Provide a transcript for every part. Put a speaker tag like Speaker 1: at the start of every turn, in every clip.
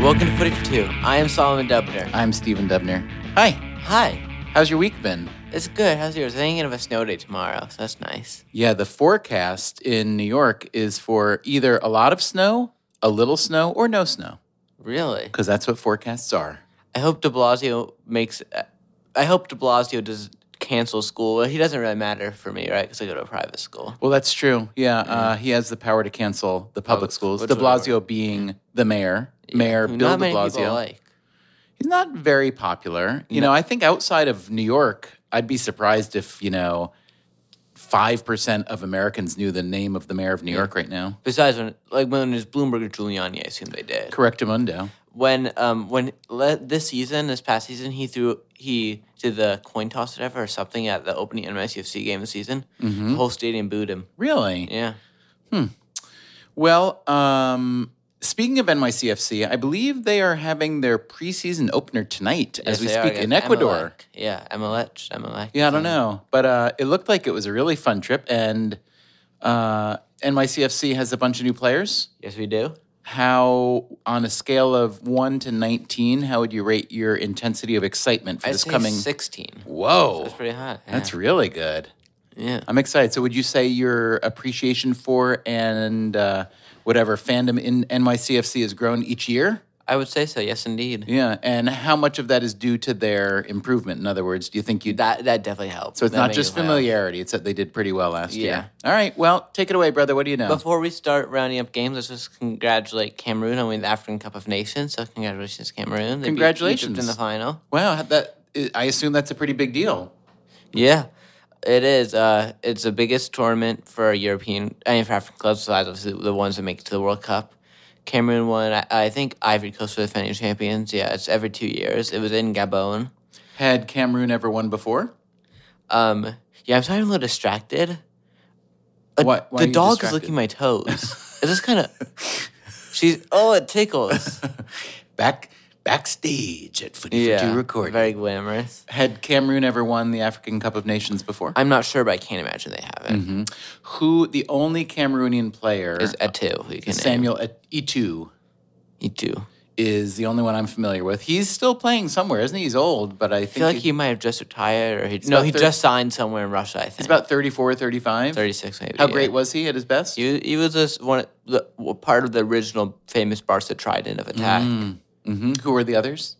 Speaker 1: Welcome to Footy for Two. I am Solomon Dubner.
Speaker 2: I'm Stephen Dubner. Hi.
Speaker 1: Hi.
Speaker 2: How's your week been?
Speaker 1: It's good. How's yours? I think gonna have a snow day tomorrow, so that's nice.
Speaker 2: Yeah, the forecast in New York is for either a lot of snow, a little snow, or no snow,
Speaker 1: Really?
Speaker 2: because that's what forecasts are.
Speaker 1: I hope De Blasio makes. I hope De Blasio does cancel school. Well, he doesn't really matter for me, right? Because I go to a private school.
Speaker 2: Well, that's true. Yeah, uh, he has the power to cancel the public
Speaker 1: Public
Speaker 2: schools.
Speaker 1: schools,
Speaker 2: De
Speaker 1: which
Speaker 2: Blasio being the mayor, Mayor
Speaker 1: Who
Speaker 2: Bill
Speaker 1: not
Speaker 2: De
Speaker 1: many people
Speaker 2: Blasio.
Speaker 1: like.
Speaker 2: He's not very popular. You know, I think outside of New York, I'd be surprised if you know five percent of Americans knew the name of the mayor of New York right now.
Speaker 1: Besides, when like when it was Bloomberg or Giuliani, I assume they did.
Speaker 2: Correctamundo.
Speaker 1: when um when le- this season, this past season, he threw he did the coin toss or whatever or something at the opening NYCFC game this season.
Speaker 2: Mm-hmm.
Speaker 1: The whole stadium booed him.
Speaker 2: Really?
Speaker 1: Yeah,
Speaker 2: Well, um, speaking of NYCFC, I believe they are having their preseason opener tonight
Speaker 1: Yes,
Speaker 2: as we
Speaker 1: they are Hmm.
Speaker 2: speak in
Speaker 1: against
Speaker 2: Ecuador.
Speaker 1: Emelec. Yeah, Emelec, Emelec.
Speaker 2: Yeah, I don't know, but uh, it looked like it was a really fun trip, and uh, NYCFC has a bunch of new players.
Speaker 1: Yes, we do.
Speaker 2: How, on a scale of one to nineteen, how would you rate your intensity of excitement for
Speaker 1: I'd
Speaker 2: this
Speaker 1: say
Speaker 2: coming?
Speaker 1: sixteen.
Speaker 2: Whoa,
Speaker 1: That's pretty hot. Yeah.
Speaker 2: that's really good.
Speaker 1: yeah.
Speaker 2: I'm excited. So, would you say your appreciation for and uh, whatever fandom in NYCFC has grown each year?
Speaker 1: I would say so. Yes, indeed.
Speaker 2: Yeah, and how much of that is due to their improvement? In other words, do you think you?
Speaker 1: That that definitely helps.
Speaker 2: So it's not just familiarity; it's that they did pretty well last year. All right, well, take it away, brother. What do you know?
Speaker 1: Before we start rounding up games, let's just congratulate Cameroon on winning the African Cup of Nations. So congratulations, Cameroon! They beat Egypt in
Speaker 2: Congratulations.
Speaker 1: the final.
Speaker 2: wow, that I assume that's a pretty big deal.
Speaker 1: Yeah, it is. Uh, it's the biggest tournament for European, I mean, for African clubs besides obviously the ones that make it to the World Cup. Cameroon won, I, I think Ivory Coast were the defending champions. Yeah, it's every two years. It was in Gabon.
Speaker 2: Had Cameroon ever won before?
Speaker 1: Um, yeah, I'm sorry I'm a little distracted. Uh,
Speaker 2: What- why are
Speaker 1: the
Speaker 2: you
Speaker 1: dog is
Speaker 2: distracted?
Speaker 1: licking my toes. It's just kind of. She's oh, it tickles.
Speaker 2: Back backstage at Footy for
Speaker 1: yeah,
Speaker 2: Two recording.
Speaker 1: very glamorous.
Speaker 2: Had Cameroon ever won the African Cup of Nations before? Mm-hmm.
Speaker 1: I'm not sure, but I can't imagine they haven't.
Speaker 2: Mm. Who the only Cameroonian player
Speaker 1: It's a two. You can name.
Speaker 2: Samuel Et- Etu
Speaker 1: You do.
Speaker 2: is the only one I'm familiar with. He's still playing somewhere, isn't he? He's old, but I think
Speaker 1: I feel like
Speaker 2: he-
Speaker 1: he might have just retired, or he no,
Speaker 2: about
Speaker 1: he
Speaker 2: thir-
Speaker 1: just signed somewhere in Russia. I think
Speaker 2: He's about 34, 35.
Speaker 1: thirty six, maybe.
Speaker 2: How
Speaker 1: yeah.
Speaker 2: great was he at his best?
Speaker 1: He, he was just one of the well, part of the original famous Barca trident of attack.
Speaker 2: hmm
Speaker 1: Mm-hmm.
Speaker 2: Who were the others?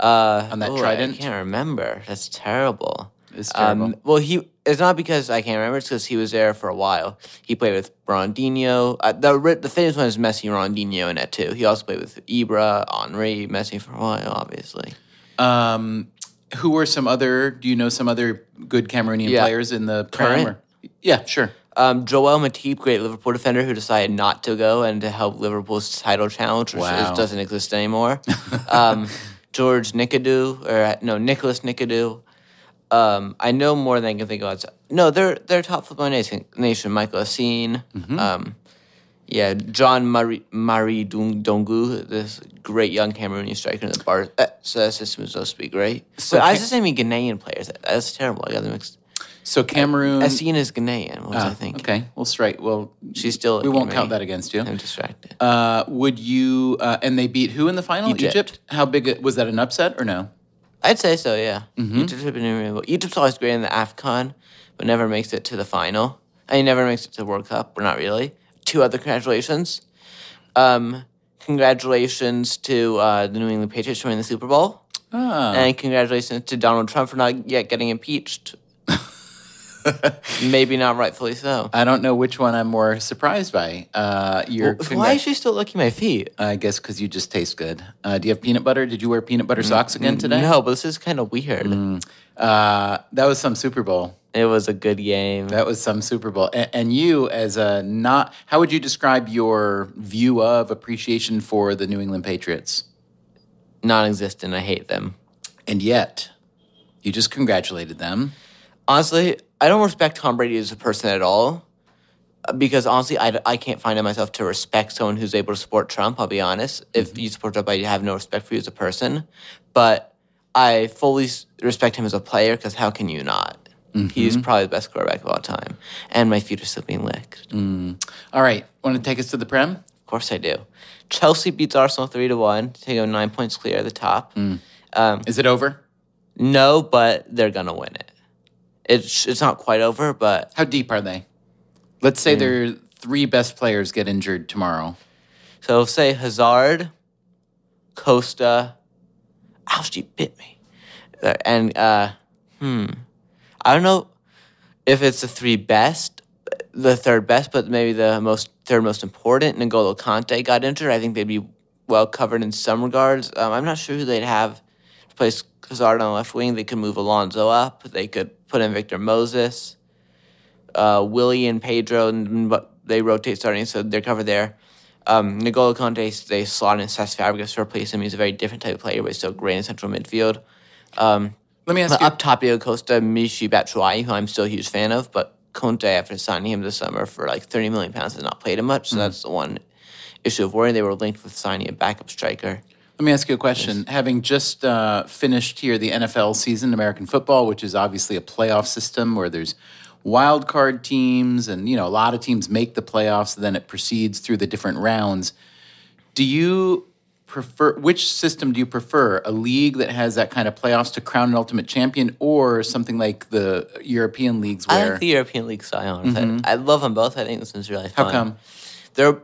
Speaker 1: Uh,
Speaker 2: On that
Speaker 1: ooh,
Speaker 2: trident?
Speaker 1: I can't remember. That's terrible.
Speaker 2: It's terrible.
Speaker 1: Um, well, he it's not because I can't remember. It's because he was there for a while. He played with Rondinho. Uh, the ri- the famous one is Messi, Rondinho, and Etu. He also played with Ibra, Henri, Messi for a while, obviously.
Speaker 2: Um, who were some other? Do you know some other good Cameroonian
Speaker 1: Yeah.
Speaker 2: players in the
Speaker 1: Current?
Speaker 2: prem? or- Yeah, sure.
Speaker 1: Um, Joel Matip, great Liverpool defender who decided not to go and to help Liverpool's title challenge, which
Speaker 2: Wow.
Speaker 1: is, doesn't exist anymore. um, George Nicodou, or no, Nicholas Nicodou. Um, I know more than I can think of. outside- No, they're, they're top football nation, nation Michael Essien.
Speaker 2: Mm-hmm.
Speaker 1: Um, yeah, John Marie, Marie Dung- Dongu, this great young Cameroonian striker in the bar. Uh, so that's just supposed to be great. So
Speaker 2: So
Speaker 1: but I was
Speaker 2: Ca-
Speaker 1: just naming Ghanaian players. That's terrible. I got them mixed.
Speaker 2: So Cameroon.
Speaker 1: Essien is Ghanaian, what was Uh, E, I thinking?
Speaker 2: Ah, Okay, well, straight. Well,
Speaker 1: She's still.
Speaker 2: we won't
Speaker 1: looking at
Speaker 2: count
Speaker 1: me.
Speaker 2: that against you.
Speaker 1: I'm distracted.
Speaker 2: Uh, would you? Uh, and they beat who in the final?
Speaker 1: Egypt.
Speaker 2: How big a- was that? An upset or no?
Speaker 1: I'd say so. Yeah.
Speaker 2: mm-hmm.
Speaker 1: Egypt have been unbelievable. Egypt's always great in the Afcon, but never makes it to the final. I mean, never makes it to the World Cup. Well, not really. Two other congratulations. Um, congratulations to uh, the New England Patriots for winning the Super Bowl,
Speaker 2: Ah,
Speaker 1: and congratulations to Donald Trump for not yet getting impeached. Maybe not rightfully so.
Speaker 2: I don't know which one I'm more surprised by. Uh, your
Speaker 1: Why
Speaker 2: congrat-
Speaker 1: is she still licking my feet?
Speaker 2: I guess because you just taste good. Uh, do you have peanut butter? Did you wear peanut butter socks again today?
Speaker 1: No, but this is kind of weird.
Speaker 2: Mm. Uh, that was some Super Bowl.
Speaker 1: It was a good game.
Speaker 2: That was some Super Bowl. And, and you, as a not, how would you describe your view of appreciation for the New England Patriots?
Speaker 1: Non-existent. I hate them.
Speaker 2: And yet, you just congratulated them.
Speaker 1: honestly, I don't respect Tom Brady as a person at all. uh, Because honestly, I, I can't find it myself to respect someone who's able to support Trump. I'll be honest. If you support Trump, I have no respect for you as a person. But I fully s- respect him as a player because how can you not? He's probably the best quarterback of all time. And my feet are still being licked.
Speaker 2: All right, want to take us to the prem?
Speaker 1: Of course I do. Chelsea beats Arsenal three to one to go nine points clear at the top. Um,
Speaker 2: Is it over?
Speaker 1: no, but they're gonna win it. It's it's not quite over, but
Speaker 2: How deep are they? Let's say their three best players get injured tomorrow.
Speaker 1: So say Hazard, Costa. Ow, she bit me. Uh, And uh, hmm, I don't know if it's the three best, the third best, but maybe the most third most important. N'Golo Conte got injured. I think they'd be well covered in some regards. Um, I'm not sure who they'd have to place Hazard on the left wing. They could move Alonso up. They could put in Victor Moses, uh, Willie and Pedro, and but they rotate starting, so they're covered there. Um, N'Golo Conte, they slot in Cesc Fabregas to replace him. He's a very different type of player, but he's still great in central midfield. Um,
Speaker 2: Let me ask
Speaker 1: but
Speaker 2: you.
Speaker 1: up top, Diego Costa, Mishi Batshuayi, who I'm still a huge fan of, but Conte, after signing him this summer for like 30 million pounds, has not played him much. So that's the one issue of worry. They were linked with signing a backup striker.
Speaker 2: Let me ask you a question. Having just uh, finished here the NFL season, American football, which is obviously a playoff system where there's wild card teams, and you know a lot of teams make the playoffs, and then it proceeds through the different rounds. Do you prefer which system do you prefer? A league that has that kind of playoffs to crown an ultimate champion, or something like the European leagues
Speaker 1: I
Speaker 2: where
Speaker 1: like the European League style. honestly. I love them both. I think this one's really fun.
Speaker 2: how come?
Speaker 1: They're,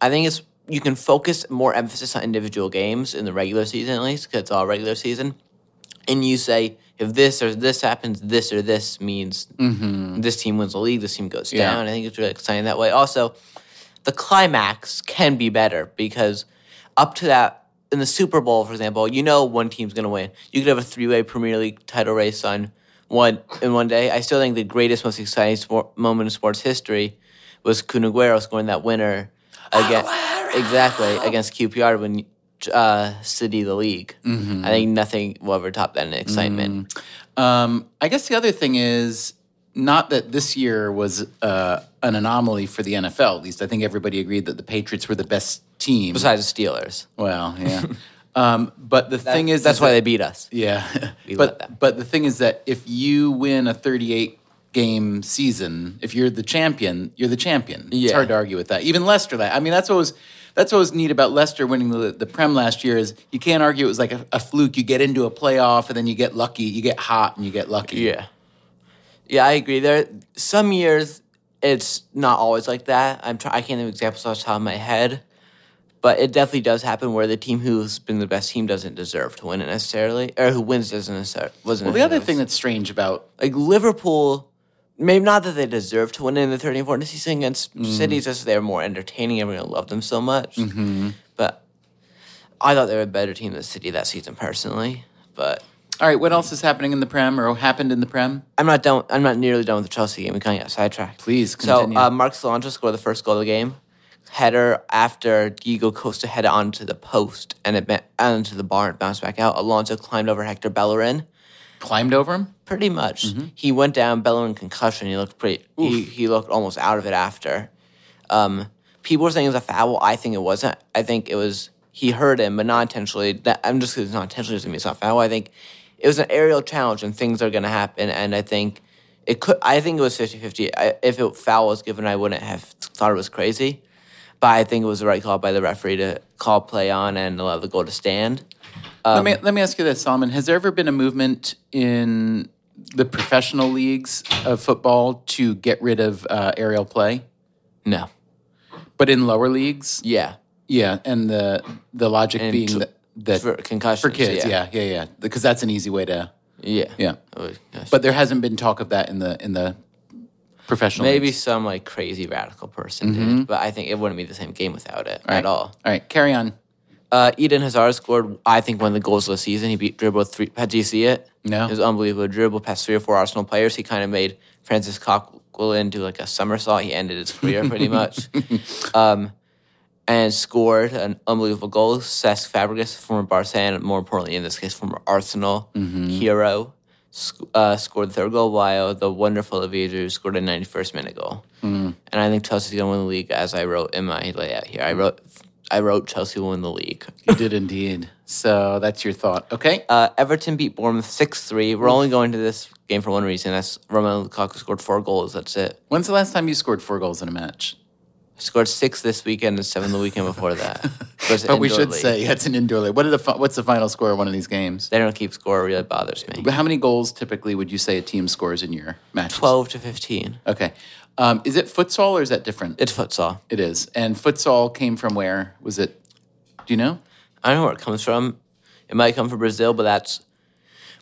Speaker 1: I think it's you can focus more emphasis on individual games in the regular season at least because it's all regular season, and you say if this or this happens, this or this means this team wins the league, this team goes
Speaker 2: Yeah.
Speaker 1: down. I think it's really exciting that way. Also, the climax can be better because up to that in the Super Bowl, for example, you know one team's gonna win. You could have a three-way Premier League title race on one in one day. I still think the greatest, most exciting sport, moment in sports history was Kun Aguero scoring that winner again, exactly against QPR when uh, City the league.
Speaker 2: Mm-hmm.
Speaker 1: I think nothing will ever top that in excitement.
Speaker 2: Um, I guess the other thing is not that this year was uh, an anomaly for the NFL. At least I think everybody agreed that the Patriots were the best team.
Speaker 1: Besides the Steelers,
Speaker 2: well, yeah. um, but the thing is,
Speaker 1: that's
Speaker 2: is
Speaker 1: why
Speaker 2: that-
Speaker 1: they beat us.
Speaker 2: yeah.
Speaker 1: let them.
Speaker 2: but but the thing is that if you win a 38 game season, if you're the champion, you're the champion. It's
Speaker 1: Yeah.
Speaker 2: hard to argue with that. Even Leicester, that I mean, that's what was that's what was neat about Leicester winning the, the Prem last year is you can't argue it was like a, a fluke. You get into a playoff and then you get lucky, you get hot and you get lucky.
Speaker 1: Yeah. Yeah, I agree. There, some years it's not always like that. I'm try- I can't think of examples off the top of my head, but it definitely does happen where the team who's been the best team doesn't deserve to win it necessarily, or who wins doesn't necessarily. Wasn't
Speaker 2: Well, the other thing that's strange about
Speaker 1: like Liverpool, maybe not that they deserve to win in the 30 and 40 season against City, just they're more entertaining. Everyone loved them so much. Mm-hmm. But I thought they were a better team than City that season personally. But
Speaker 2: all right, what else is happening in the prem or happened in the prem?
Speaker 1: I'm not done. I'm not nearly done with the Chelsea game. We kind of got sidetracked.
Speaker 2: Please
Speaker 1: So
Speaker 2: continue.
Speaker 1: uh, Mark Solancho scored the first goal of the game, header after Diego Costa headed onto the post and it bent onto the bar and bounced back out. Alonso climbed over Hector Bellerin.
Speaker 2: Climbed over him.
Speaker 1: Pretty much,
Speaker 2: Mm-hmm.
Speaker 1: he went down. Bellerin concussion. He looked pretty. He, he looked almost out of it after. Um, people were saying it was a foul. I think it wasn't. I think it was he hurt him, but not intentionally. That, I'm just it's not intentionally doesn't mean it's not a foul. I think it was an aerial challenge, and things are going to happen. And I think it could. I think it was 50-50. I, if it foul was given, I wouldn't have thought it was crazy. But I think it was the right call by the referee to call play on and allow the goal to stand.
Speaker 2: let
Speaker 1: Um,
Speaker 2: me let me ask you this, Solomon. Has there ever been a movement in the professional leagues of football to get rid of uh, aerial play?
Speaker 1: No.
Speaker 2: But in lower leagues,
Speaker 1: Yeah.
Speaker 2: yeah, and the the logic
Speaker 1: And
Speaker 2: being
Speaker 1: to-
Speaker 2: that, that
Speaker 1: For
Speaker 2: for,
Speaker 1: concussions.
Speaker 2: kids, yeah, yeah, yeah, because that's an easy way to,
Speaker 1: Yeah.
Speaker 2: yeah.
Speaker 1: Oh, gosh.
Speaker 2: But there hasn't been talk of that in the in the professional.
Speaker 1: Maybe
Speaker 2: leagues.
Speaker 1: some like crazy radical person did, but I think it wouldn't be the same game without it at all.
Speaker 2: All Mm-hmm. right, carry on.
Speaker 1: Uh, Eden Hazard scored, I think, one of the goals of the season. He beat dribbled three. Did you see it?
Speaker 2: No.
Speaker 1: it was unbelievable. Dribble past three or four Arsenal players. He kind of made Francis Coquelin do like a somersault. He ended his career pretty much, um, and scored an unbelievable goal. Cesc Fabregas, former Barca, and more importantly, in this case, former Arsenal hero, sc- uh, scored the third goal. While the wonderful Olivier Giroud scored a 91st minute goal. And I think Chelsea's gonna win the league, as I wrote in my layout here. I wrote, I wrote Chelsea will win the league.
Speaker 2: You did indeed. So that's your thought. Okay.
Speaker 1: Uh, Everton beat Bournemouth 6 3. We're only going to this game for one reason. That's Romelu Lukaku scored four goals. That's it.
Speaker 2: When's the last time you scored four goals in a match?
Speaker 1: Scored six this weekend and seven the weekend before that. Of course,
Speaker 2: But we
Speaker 1: indoor
Speaker 2: should
Speaker 1: league.
Speaker 2: say yeah, it's an indoor league. What are the fi- what's the final score of one of these games?
Speaker 1: they don't keep score. Really bothers me.
Speaker 2: How many goals typically would you say a team scores in your matches?
Speaker 1: Twelve to fifteen.
Speaker 2: Okay. Um, is it futsal or is that different?
Speaker 1: It's futsal.
Speaker 2: it is. And futsal came from where? Was it? Do you know?
Speaker 1: I don't know where it comes from. It might come from Brazil, but that's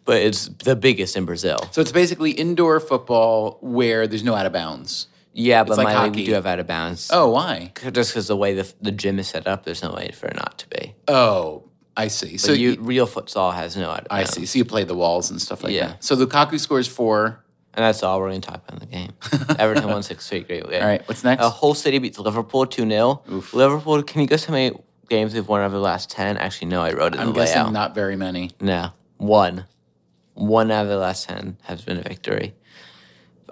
Speaker 1: but it's the biggest in Brazil.
Speaker 2: So it's basically indoor football where there's no out of bounds.
Speaker 1: Yeah, but
Speaker 2: like
Speaker 1: my league we
Speaker 2: hockey.
Speaker 1: do have out of bounds.
Speaker 2: Oh, why?
Speaker 1: C- Just because the way the, the gym is set up, there's no way for it not to be.
Speaker 2: Oh, I see. So
Speaker 1: But you,
Speaker 2: you,
Speaker 1: real futsal has no out of
Speaker 2: I
Speaker 1: bounds.
Speaker 2: see. So you play the walls and stuff like
Speaker 1: Yeah.
Speaker 2: that. So Lukaku scores four.
Speaker 1: And that's all we're going to talk about in the game. Everton won six straight. Great game.
Speaker 2: All right, what's next?
Speaker 1: A whole city beats Liverpool 2 0. Liverpool, can you guess how many games they've won over the last 10? Actually, no, I wrote it in
Speaker 2: I'm
Speaker 1: the layout.
Speaker 2: guessing not very many.
Speaker 1: No, one. One out of the last 10 has been a victory.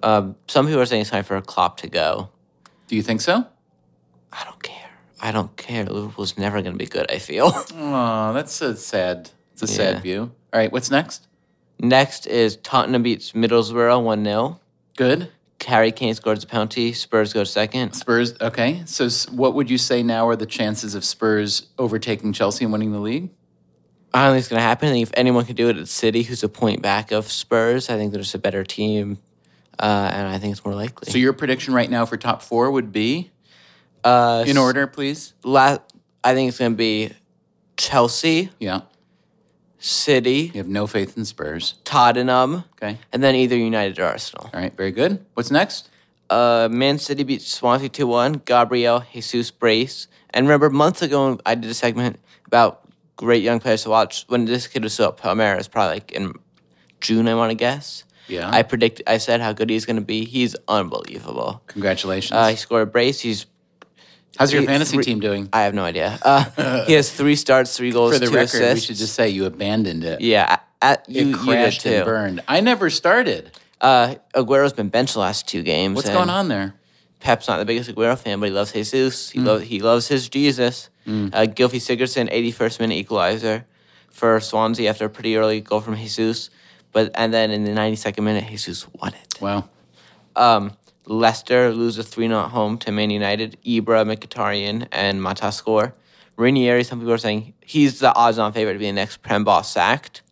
Speaker 1: Um, some people are saying it's time for Klopp to go.
Speaker 2: Do you think so?
Speaker 1: I don't care. I don't care. Liverpool's never going to be good, I feel.
Speaker 2: Oh, that's a sad. It's a
Speaker 1: Yeah.
Speaker 2: sad view. All right, what's next?
Speaker 1: Next is Tottenham beats Middlesbrough 1 0.
Speaker 2: Good.
Speaker 1: Harry Kane scores a penalty. Spurs go second.
Speaker 2: Spurs. Okay. So s- what would you say now are the chances of Spurs overtaking Chelsea and winning the league?
Speaker 1: I don't think it's going to happen. I think if anyone can do it, it's City, who's a point back of Spurs. I think they're just a better team, uh, and I think it's more likely.
Speaker 2: So your prediction right now for top four would be
Speaker 1: uh,
Speaker 2: in order, please.
Speaker 1: la- I think it's going to be Chelsea,
Speaker 2: Yeah.
Speaker 1: City,
Speaker 2: You have no faith in Spurs.
Speaker 1: Tottenham,
Speaker 2: Okay.
Speaker 1: and then either United or Arsenal.
Speaker 2: All right. Very good. What's next?
Speaker 1: Uh, Man City beat Swansea 2 1. Gabriel, Jesus, Brace. And remember, months ago, I did a segment about great young players to watch when this kid was still at Palmeiras, probably like in June, I want to guess.
Speaker 2: Yeah.
Speaker 1: I predict. I said how good he's going to be. He's unbelievable.
Speaker 2: Congratulations.
Speaker 1: Uh, he scored a brace. He's
Speaker 2: How's your
Speaker 1: three-
Speaker 2: fantasy
Speaker 1: three-
Speaker 2: team doing?
Speaker 1: I have no idea. Uh, he has three starts, three goals,
Speaker 2: For the
Speaker 1: two
Speaker 2: record, we
Speaker 1: assists.
Speaker 2: should just say you abandoned it.
Speaker 1: yeah, at, you,
Speaker 2: It
Speaker 1: you did
Speaker 2: crashed and
Speaker 1: too.
Speaker 2: burned. I never started.
Speaker 1: Uh, Aguero's been benched the last two games.
Speaker 2: What's
Speaker 1: and
Speaker 2: going on there?
Speaker 1: Pep's not the biggest Aguero fan, but he loves Jesus.
Speaker 2: Hmm.
Speaker 1: He loves he loves his Jesus. Uh, Gylfi Sigurdsson, 81st minute equalizer for Swansea after a pretty early goal from Jesus, but and then in the 92nd minute, Jesus won it.
Speaker 2: Wow.
Speaker 1: Um, Leicester lose a 3 0 home to Man United. Ibra, Mkhitaryan, and Mata score. Ranieri, some people are saying he's the odds on favorite to be the next Prem boss sacked.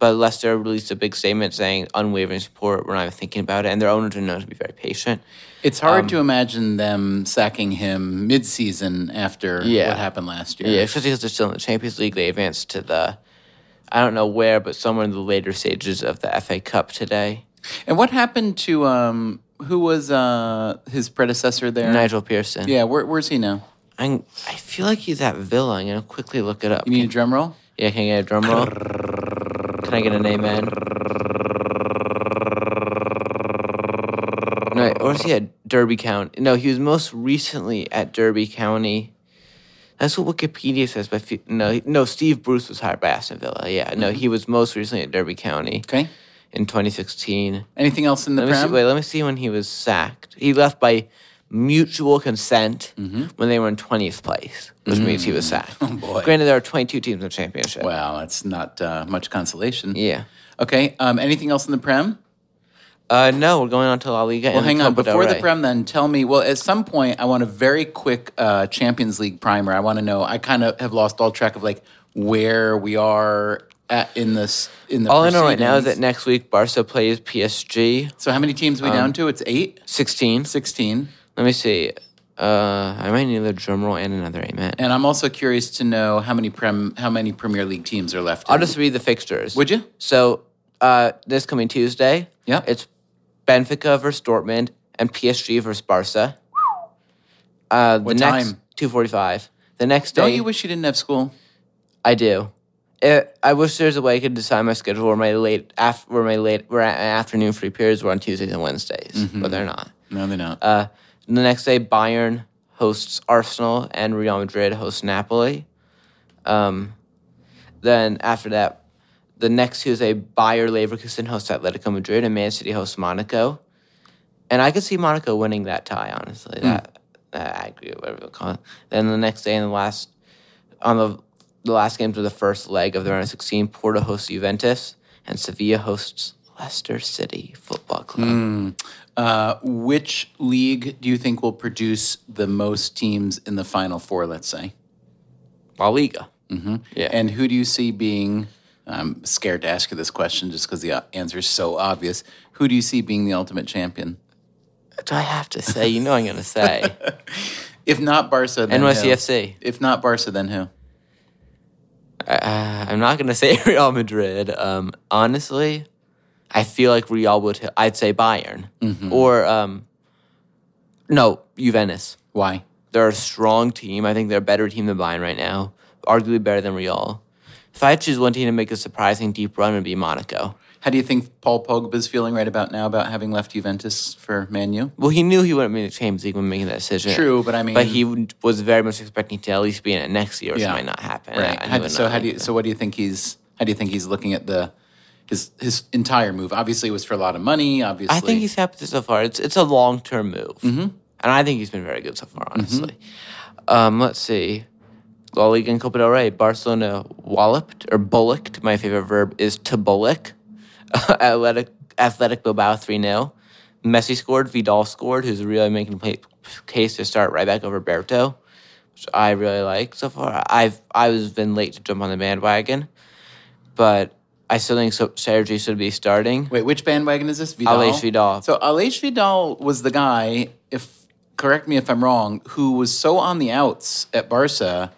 Speaker 1: But Leicester released a big statement saying unwavering support. We're not even thinking about it. And their owners are known to be very patient.
Speaker 2: It's hard
Speaker 1: Um,
Speaker 2: to imagine them sacking him mid-season after
Speaker 1: Yeah.
Speaker 2: what happened last year.
Speaker 1: Yeah, especially because they're still in the Champions League. They advanced to the, I don't know where, but somewhere in the later stages of the FA Cup today.
Speaker 2: And what happened to um, who was uh, his predecessor there?
Speaker 1: Nigel Pearson.
Speaker 2: Yeah, where, where's he now?
Speaker 1: I'm, I feel like he's at Villa. I'm going to quickly look it up.
Speaker 2: You need a drum roll?
Speaker 1: Yeah, can I get a drum roll? Can I get an amen? No, or was he at Derby County? No, he was most recently at Derby County. That's what Wikipedia says. But fe- no, he- no, Steve Bruce was hired by Aston Villa. Yeah, no,
Speaker 2: Mm-hmm.
Speaker 1: he was most recently at Derby County
Speaker 2: Okay.
Speaker 1: in 2016.
Speaker 2: Anything else in the
Speaker 1: Let me see,
Speaker 2: prem?
Speaker 1: wait, let me see when he was sacked. He left by mutual consent when they were in 20th place, which means he was sacked. Oh
Speaker 2: Mm-hmm. Mm. boy.
Speaker 1: Granted, there are 22 teams in the championship.
Speaker 2: Wow, that's not uh, much consolation.
Speaker 1: Yeah.
Speaker 2: Okay. Um, anything else in the prem?
Speaker 1: Uh, no, we're going on to La Liga.
Speaker 2: Well, hang on. Before the
Speaker 1: prep,
Speaker 2: prem, then tell me. Well, at some point, I want a very quick uh, Champions League primer. I want to know. I kind of have lost all track of like where we are at in this in the.
Speaker 1: all I know right now is that
Speaker 2: proceedings.
Speaker 1: next week Barca plays PSG
Speaker 2: So how many teams are we
Speaker 1: Um,
Speaker 2: down to? It's eight,
Speaker 1: 16.
Speaker 2: sixteen.
Speaker 1: Let me see. Uh, I might need another drum roll and another amen.
Speaker 2: And I'm also curious to know how many prem how many Premier League teams are left.
Speaker 1: I'll
Speaker 2: in.
Speaker 1: just read the fixtures.
Speaker 2: Would you?
Speaker 1: So uh, this coming Tuesday,
Speaker 2: Yeah.
Speaker 1: it's Benfica versus Dortmund and PSG versus Barca. Uh, the
Speaker 2: What
Speaker 1: next
Speaker 2: time?
Speaker 1: two forty-five. The next
Speaker 2: Don't
Speaker 1: day,
Speaker 2: you wish you didn't have school?
Speaker 1: I do. It, I wish there's a way I could decide my schedule where my late af- where my late where my afternoon free periods were on Tuesdays and Wednesdays, but they're not.
Speaker 2: No, they're not.
Speaker 1: Uh, the next day, Bayern hosts Arsenal and Real Madrid hosts Napoli. Um, then after that, the next Tuesday, Bayer Leverkusen hosts Atletico Madrid and Man City hosts Monaco. And I could see Monaco winning that tie, honestly. That, that I agree with whatever you call it. Then the next day, and the last on the the last games of the first leg of the round of sixteen, Porto hosts Juventus and Sevilla hosts Leicester City Football Club.
Speaker 2: Uh, which league do you think will produce the most teams in the final four, let's say?
Speaker 1: La Liga. Mm-hmm. Yeah.
Speaker 2: And who do you see being, I'm scared to ask you this question just because the uh, answer is so obvious. Who do you see being the ultimate champion?
Speaker 1: do I have to say? You know I'm going to say.
Speaker 2: If not Barca, then
Speaker 1: NYCFC.
Speaker 2: Who? If not Barca, then who?
Speaker 1: Uh, I'm not going to say Real Madrid. Um, honestly, I feel like Real would, I'd say Bayern.
Speaker 2: Mm-hmm.
Speaker 1: Or, um, no, Juventus.
Speaker 2: Why?
Speaker 1: They're a strong team. I think they're a better team than Bayern right now, arguably better than Real. If I had to choose one team to make a surprising deep run, it would be Monaco.
Speaker 2: How do you think Paul Pogba's feeling right about now about having left Juventus for Man U?
Speaker 1: Well, he knew he wouldn't be in the Champions League when making that decision.
Speaker 2: True, but I mean-
Speaker 1: but he w- was very much expecting to at least be in it next year, which
Speaker 2: Yeah.
Speaker 1: might not happen.
Speaker 2: Right.
Speaker 1: Eh, I- I
Speaker 2: How-
Speaker 1: knew it
Speaker 2: so
Speaker 1: not
Speaker 2: how do you?
Speaker 1: happened.
Speaker 2: So what do you think he's? How do you think he's looking at the his his entire move? Obviously, it was for a lot of money. Obviously,
Speaker 1: I think he's happy with it so far. It's it's a long term move, and I think he's been very good so far. Honestly, um, let's see. La Liga and Copa del Rey. Barcelona walloped or bullocked. My favorite verb is to bullock. Athletic Athletic Bilbao three 0 Messi scored. Vidal scored. Who's really making a play, case to start right back over Berto, which I really like so far. I've I was been late to jump on the bandwagon, but I still think so, Sergi should be starting.
Speaker 2: Wait, which bandwagon is this? Vidal.
Speaker 1: Aleix Vidal.
Speaker 2: So Aleix Vidal was the guy. If correct me if I'm wrong, who was so on the outs at Barca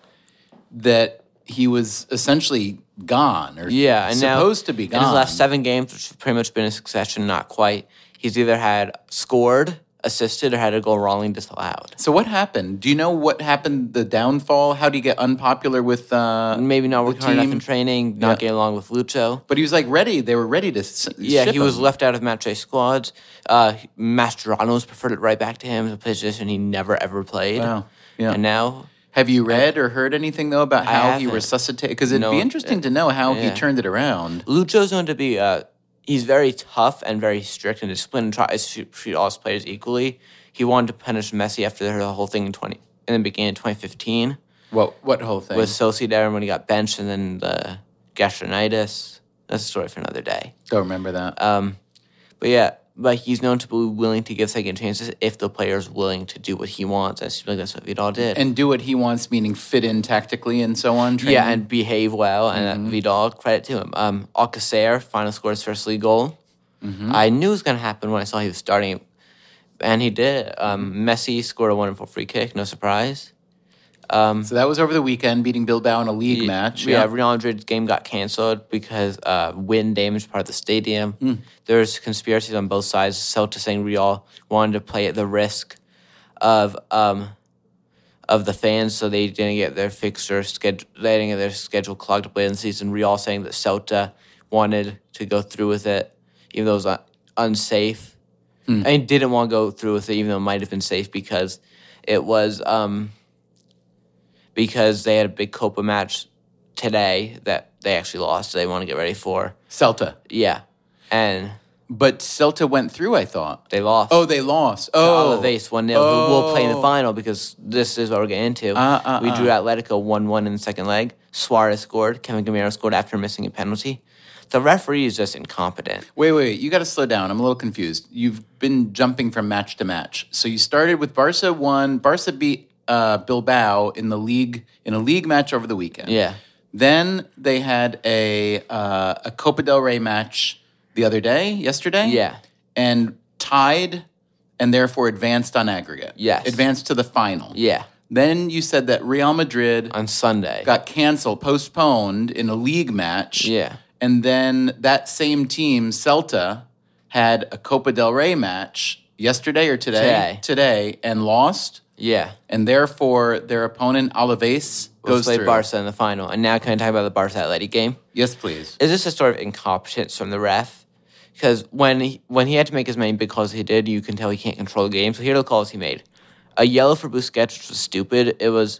Speaker 2: that he was essentially gone or
Speaker 1: Yeah, and now
Speaker 2: supposed to be
Speaker 1: in
Speaker 2: gone.
Speaker 1: his last seven games, which have pretty much been a succession, not quite. He's either had scored, assisted, or had a goal wrongly disallowed.
Speaker 2: so what happened? Do you know what happened? The downfall? How do you get unpopular with? Uh,
Speaker 1: Maybe not working hard enough
Speaker 2: team-
Speaker 1: in training, not getting along with Lucho.
Speaker 2: but he was like ready. They were ready to. s-
Speaker 1: Yeah,
Speaker 2: ship
Speaker 1: he was
Speaker 2: him.
Speaker 1: left out of matchday squads. Uh, Mascherano was preferred it right back to him, a position he never ever played.
Speaker 2: Wow, yeah.
Speaker 1: And now,
Speaker 2: Have you read or heard anything though about how he
Speaker 1: haven't.
Speaker 2: resuscitated? Because it'd
Speaker 1: No,
Speaker 2: be interesting to know how
Speaker 1: yeah.
Speaker 2: he turned it around.
Speaker 1: Lucho's known to be uh, he's very tough and very strict and disciplined and tries to treat all his players equally. He wanted to punish Messi after the whole thing in twenty in the beginning of twenty fifteen.
Speaker 2: What what whole thing?
Speaker 1: with Sociedad and when he got benched, and then the gastronitis. That's a story for another day.
Speaker 2: Don't remember that.
Speaker 1: uh, But yeah, but he's known to be willing to give second chances if the player's willing to do what he wants. And it seems like that's what Vidal did.
Speaker 2: and do what he wants, meaning fit in tactically and so on. Training.
Speaker 1: yeah, and behave well. And uh Vidal, credit to him. Um, Alcacer final scored his first league goal. I knew it was going to happen when I saw he was starting, and he did. Um, Messi scored a wonderful free kick. No surprise.
Speaker 2: so that was over the weekend, beating Bilbao in a league
Speaker 1: Y-
Speaker 2: match.
Speaker 1: Yeah, Real Madrid's game got canceled because uh, wind damaged part of the stadium.
Speaker 2: Hmm.
Speaker 1: There's conspiracies on both sides. Celta saying Real wanted to play at the risk of um, of the fans, so they didn't get their fixture schedule, they didn't get their schedule clogged up late in the season. Real saying that Celta wanted to go through with it, even though it was un- unsafe.
Speaker 2: Hmm.
Speaker 1: I didn't want to go through with it, even though it might have been safe because it was. Um, because they had a big Copa match today that they actually lost. They want to get ready for.
Speaker 2: Celta,
Speaker 1: Yeah, and
Speaker 2: but Celta went through. I thought.
Speaker 1: they lost.
Speaker 2: Oh, they lost. Oh,
Speaker 1: Alaves one 0 who will play in the final because this is what we're getting into.
Speaker 2: Uh, uh,
Speaker 1: we drew Atletico one one in the second leg. Suarez scored. Kevin Gamero scored after missing a penalty. The referee is just incompetent.
Speaker 2: Wait, wait, you got to slow down. I'm a little confused. You've been jumping from match to match. So you started with Barca one, Barca beat uh, Bilbao in the league in a league match over the weekend.
Speaker 1: Yeah.
Speaker 2: Then they had a uh, a Copa del Rey match the other day, yesterday.
Speaker 1: Yeah.
Speaker 2: And tied, and therefore advanced on aggregate.
Speaker 1: Yes.
Speaker 2: Advanced to the final.
Speaker 1: Yeah,
Speaker 2: Then you said that Real Madrid
Speaker 1: on Sunday.
Speaker 2: got canceled, postponed in a league match.
Speaker 1: Yeah.
Speaker 2: And then that same team, Celta, had a Copa del Rey match yesterday or today.
Speaker 1: Today.
Speaker 2: and lost.
Speaker 1: yeah,
Speaker 2: And therefore, their opponent, Alaves,
Speaker 1: goes
Speaker 2: goes
Speaker 1: play
Speaker 2: through.
Speaker 1: Barca in the final. And now can I talk about the Barca Atleti game?
Speaker 2: Yes, please.
Speaker 1: is this a sort of incompetence from the ref? Because when he, when he had to make as many big calls as he did, you can tell he can't control the game. So here are the calls he made: a yellow for Busquets, which was stupid. It was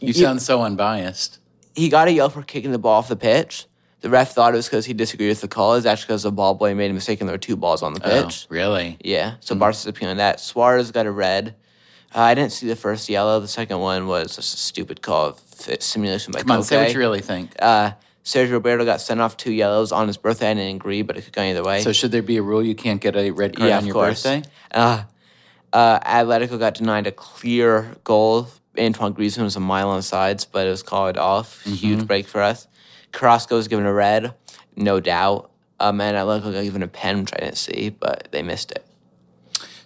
Speaker 2: You sound so unbiased.
Speaker 1: he got a yell for kicking the ball off the pitch. The ref thought it was because he disagreed with the call. It's actually because the ball boy made a mistake and there were two balls on the pitch.
Speaker 2: Oh, Hmm. really?
Speaker 1: Yeah, so Barca's appealing that. Suarez got a red. Uh, I didn't see the first yellow. The second one was just a stupid call of simulation by
Speaker 2: Come on, say
Speaker 1: Koke.
Speaker 2: what you really think.
Speaker 1: uh, Sergio Roberto got sent off two yellows on his birthday. I didn't agree, but it could go either way.
Speaker 2: So should there be a rule you can't get a red card
Speaker 1: Yeah,
Speaker 2: on
Speaker 1: of
Speaker 2: your
Speaker 1: course.
Speaker 2: birthday?
Speaker 1: uh, uh, Atletico got denied a clear goal. Antoine Griezmann was a mile on sides, but it was called off.
Speaker 2: Mm-hmm.
Speaker 1: Huge break for us. Carrasco was given a red, no doubt. Um, and Atletico got given a pen, which I didn't see, but they missed it.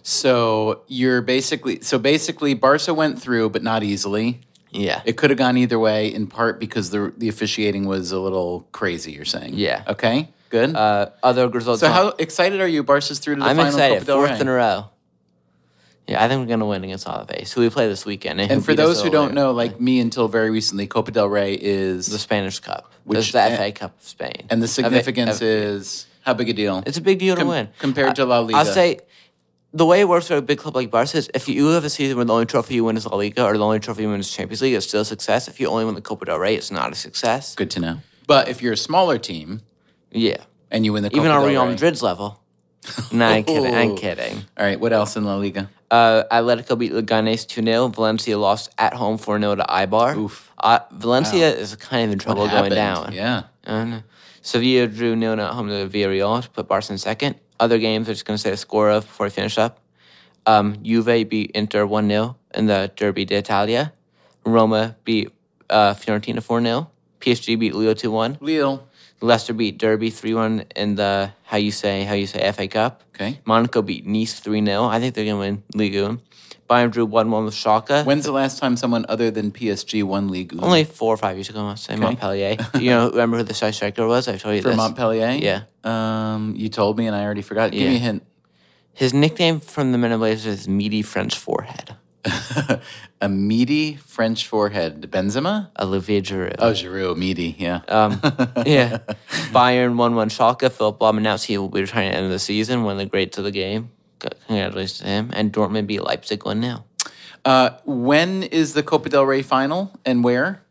Speaker 2: So you're basically so basically Barca went through, but not easily.
Speaker 1: Yeah.
Speaker 2: It could have gone either way, in part because the the officiating was a little crazy. You're saying,
Speaker 1: Yeah.
Speaker 2: Okay. Good.
Speaker 1: Uh, other results.
Speaker 2: so how excited are you? Barca's through to the
Speaker 1: I'm
Speaker 2: final
Speaker 1: excited.
Speaker 2: Copa del
Speaker 1: Fourth
Speaker 2: Rey.
Speaker 1: in a row. Yeah, I think we're gonna win against Alaves, who we play this weekend.
Speaker 2: And
Speaker 1: who
Speaker 2: for
Speaker 1: beat us
Speaker 2: those who
Speaker 1: earlier.
Speaker 2: don't know, like me until very recently, Copa del Rey
Speaker 1: the
Speaker 2: is
Speaker 1: Spanish Cup,
Speaker 2: Which-
Speaker 1: which the
Speaker 2: and-
Speaker 1: FA Cup of Spain,
Speaker 2: and the
Speaker 1: Of it-
Speaker 2: significance
Speaker 1: of-
Speaker 2: is how big a deal?
Speaker 1: It's a big deal
Speaker 2: Com-
Speaker 1: to win
Speaker 2: compared to
Speaker 1: I-
Speaker 2: La Liga.
Speaker 1: I'll say the way it works for a big club like Barca is if you have a season where the only trophy you win is La Liga or the only trophy you win is Champions League, it's still a success. If you only win the Copa del Rey, it's not a success.
Speaker 2: Good to know. But if you're a smaller team
Speaker 1: Yeah,
Speaker 2: and you win the
Speaker 1: even
Speaker 2: Copa
Speaker 1: on
Speaker 2: del
Speaker 1: Real
Speaker 2: Rey-
Speaker 1: Madrid's level. No, I'm kidding.
Speaker 2: Ooh.
Speaker 1: I'm kidding.
Speaker 2: All right, what else in La Liga?
Speaker 1: Uh, Atletico beat Leganes 2 0. Valencia lost at home 4 0 to Ibar.
Speaker 2: Oof.
Speaker 1: Uh, Valencia is kind of in trouble going
Speaker 2: Happened.
Speaker 1: down.
Speaker 2: Yeah.
Speaker 1: And Sevilla drew 0 at home to Villarreal to put Barca in second. Other games, I'm just going to say the score of before we finish up. Um, Juve beat Inter 1 0 in the Derby d'Italia. Roma beat uh, Fiorentina 4 0. PSG beat Leo 2 1.
Speaker 2: Lille.
Speaker 1: Leicester beat Derby 3 1 in the, how you say, how you say, FA Cup.
Speaker 2: Okay.
Speaker 1: Monaco beat Nice 3 0. I think they're going to win Ligue 1. Bayern drew 1 1 with Schalke.
Speaker 2: When's the last time someone other than PSG won League One?
Speaker 1: Only four or five years ago, I must say, Montpellier. you know, remember who the side striker was? I told you
Speaker 2: for
Speaker 1: this.
Speaker 2: Montpellier?
Speaker 1: Yeah.
Speaker 2: Um, you told me and I already forgot. Give
Speaker 1: Yeah.
Speaker 2: me a hint.
Speaker 1: His nickname from the Men in Blazers is Meaty French Forehead.
Speaker 2: A meaty French forehead. Benzema?
Speaker 1: Olivier Giroud.
Speaker 2: Oh, Giroud, meaty, yeah.
Speaker 1: Um, yeah. Bayern 1 1 Schalke. Philip Blom announced he will be retiring at the end of the season, one of the greats of the game. C- Congratulations to him. And Dortmund beat Leipzig 1 0.
Speaker 2: Uh, when is the Copa del Rey final and where?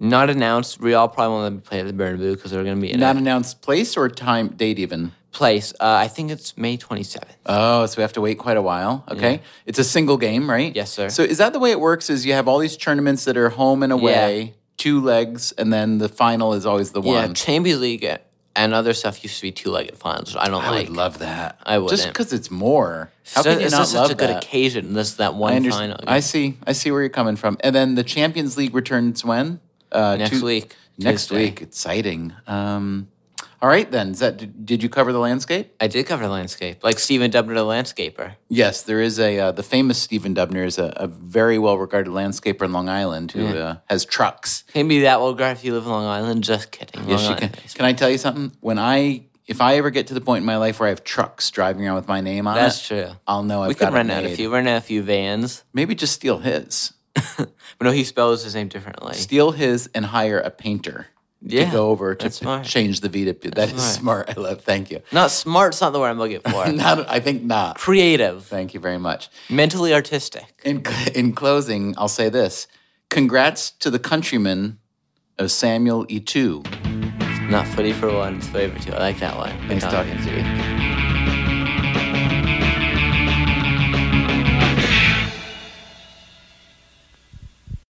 Speaker 1: Not announced. Real probably won't let me play at the Bernabeu because they're going to be in
Speaker 2: Not
Speaker 1: a
Speaker 2: announced place or time, date even?
Speaker 1: place. Uh, I think it's May 27th.
Speaker 2: Oh, so we have to wait quite a while. Okay. It's a single game, right?
Speaker 1: Yes, sir.
Speaker 2: So is that the way it works is you have all these tournaments that are home and away, two legs, and then the final is always the
Speaker 1: Yeah,
Speaker 2: one.
Speaker 1: Um, Champions League and other stuff used to be two legged finals, which I don't
Speaker 2: I
Speaker 1: like.
Speaker 2: would love that.
Speaker 1: I
Speaker 2: Just
Speaker 1: wouldn't.
Speaker 2: because it's more. How
Speaker 1: So-
Speaker 2: can you
Speaker 1: it's
Speaker 2: not
Speaker 1: just
Speaker 2: love
Speaker 1: such a good
Speaker 2: that?
Speaker 1: occasion, this that one
Speaker 2: I, under-
Speaker 1: final.
Speaker 2: I see. I see where you're coming from. And then the Champions League returns when? Uh,
Speaker 1: Next
Speaker 2: Tu-
Speaker 1: week.
Speaker 2: Next
Speaker 1: Tuesday.
Speaker 2: week. Exciting. Um, all right, then. Is that, did, did you cover the landscape?
Speaker 1: I did cover the landscape, like Stephen Dubner, the landscaper.
Speaker 2: Yes, there is a uh, the famous Stephen Dubner is a, a very well regarded landscaper in Long Island who uh, has trucks.
Speaker 1: Can't be that well, Garth. If you live in Long Island, just kidding. Long
Speaker 2: Yes, she can.
Speaker 1: Island.
Speaker 2: Can I tell you something? When I if I ever get to the point in my life where I have trucks driving around with my name on
Speaker 1: That's
Speaker 2: it,
Speaker 1: true.
Speaker 2: I'll know I've
Speaker 1: We
Speaker 2: got
Speaker 1: could rent
Speaker 2: it
Speaker 1: out a
Speaker 2: made.
Speaker 1: few, rent out a few vans.
Speaker 2: Maybe just steal his,
Speaker 1: But no, he spells his name differently.
Speaker 2: steal his, and hire a painter
Speaker 1: Yeah,
Speaker 2: to go over to
Speaker 1: that's smart.
Speaker 2: change the V to. P. That is smart. I love. Thank you.
Speaker 1: Not smart's not the word I'm looking for.
Speaker 2: Not, I think not.
Speaker 1: Creative,
Speaker 2: Thank you very much.
Speaker 1: mentally artistic.
Speaker 2: In, in closing, I'll say this: Congrats to the countrymen of Samuel E. Etu.
Speaker 1: Not footy for one, it's footy for two. I like that one. Good
Speaker 2: Nice talking to you.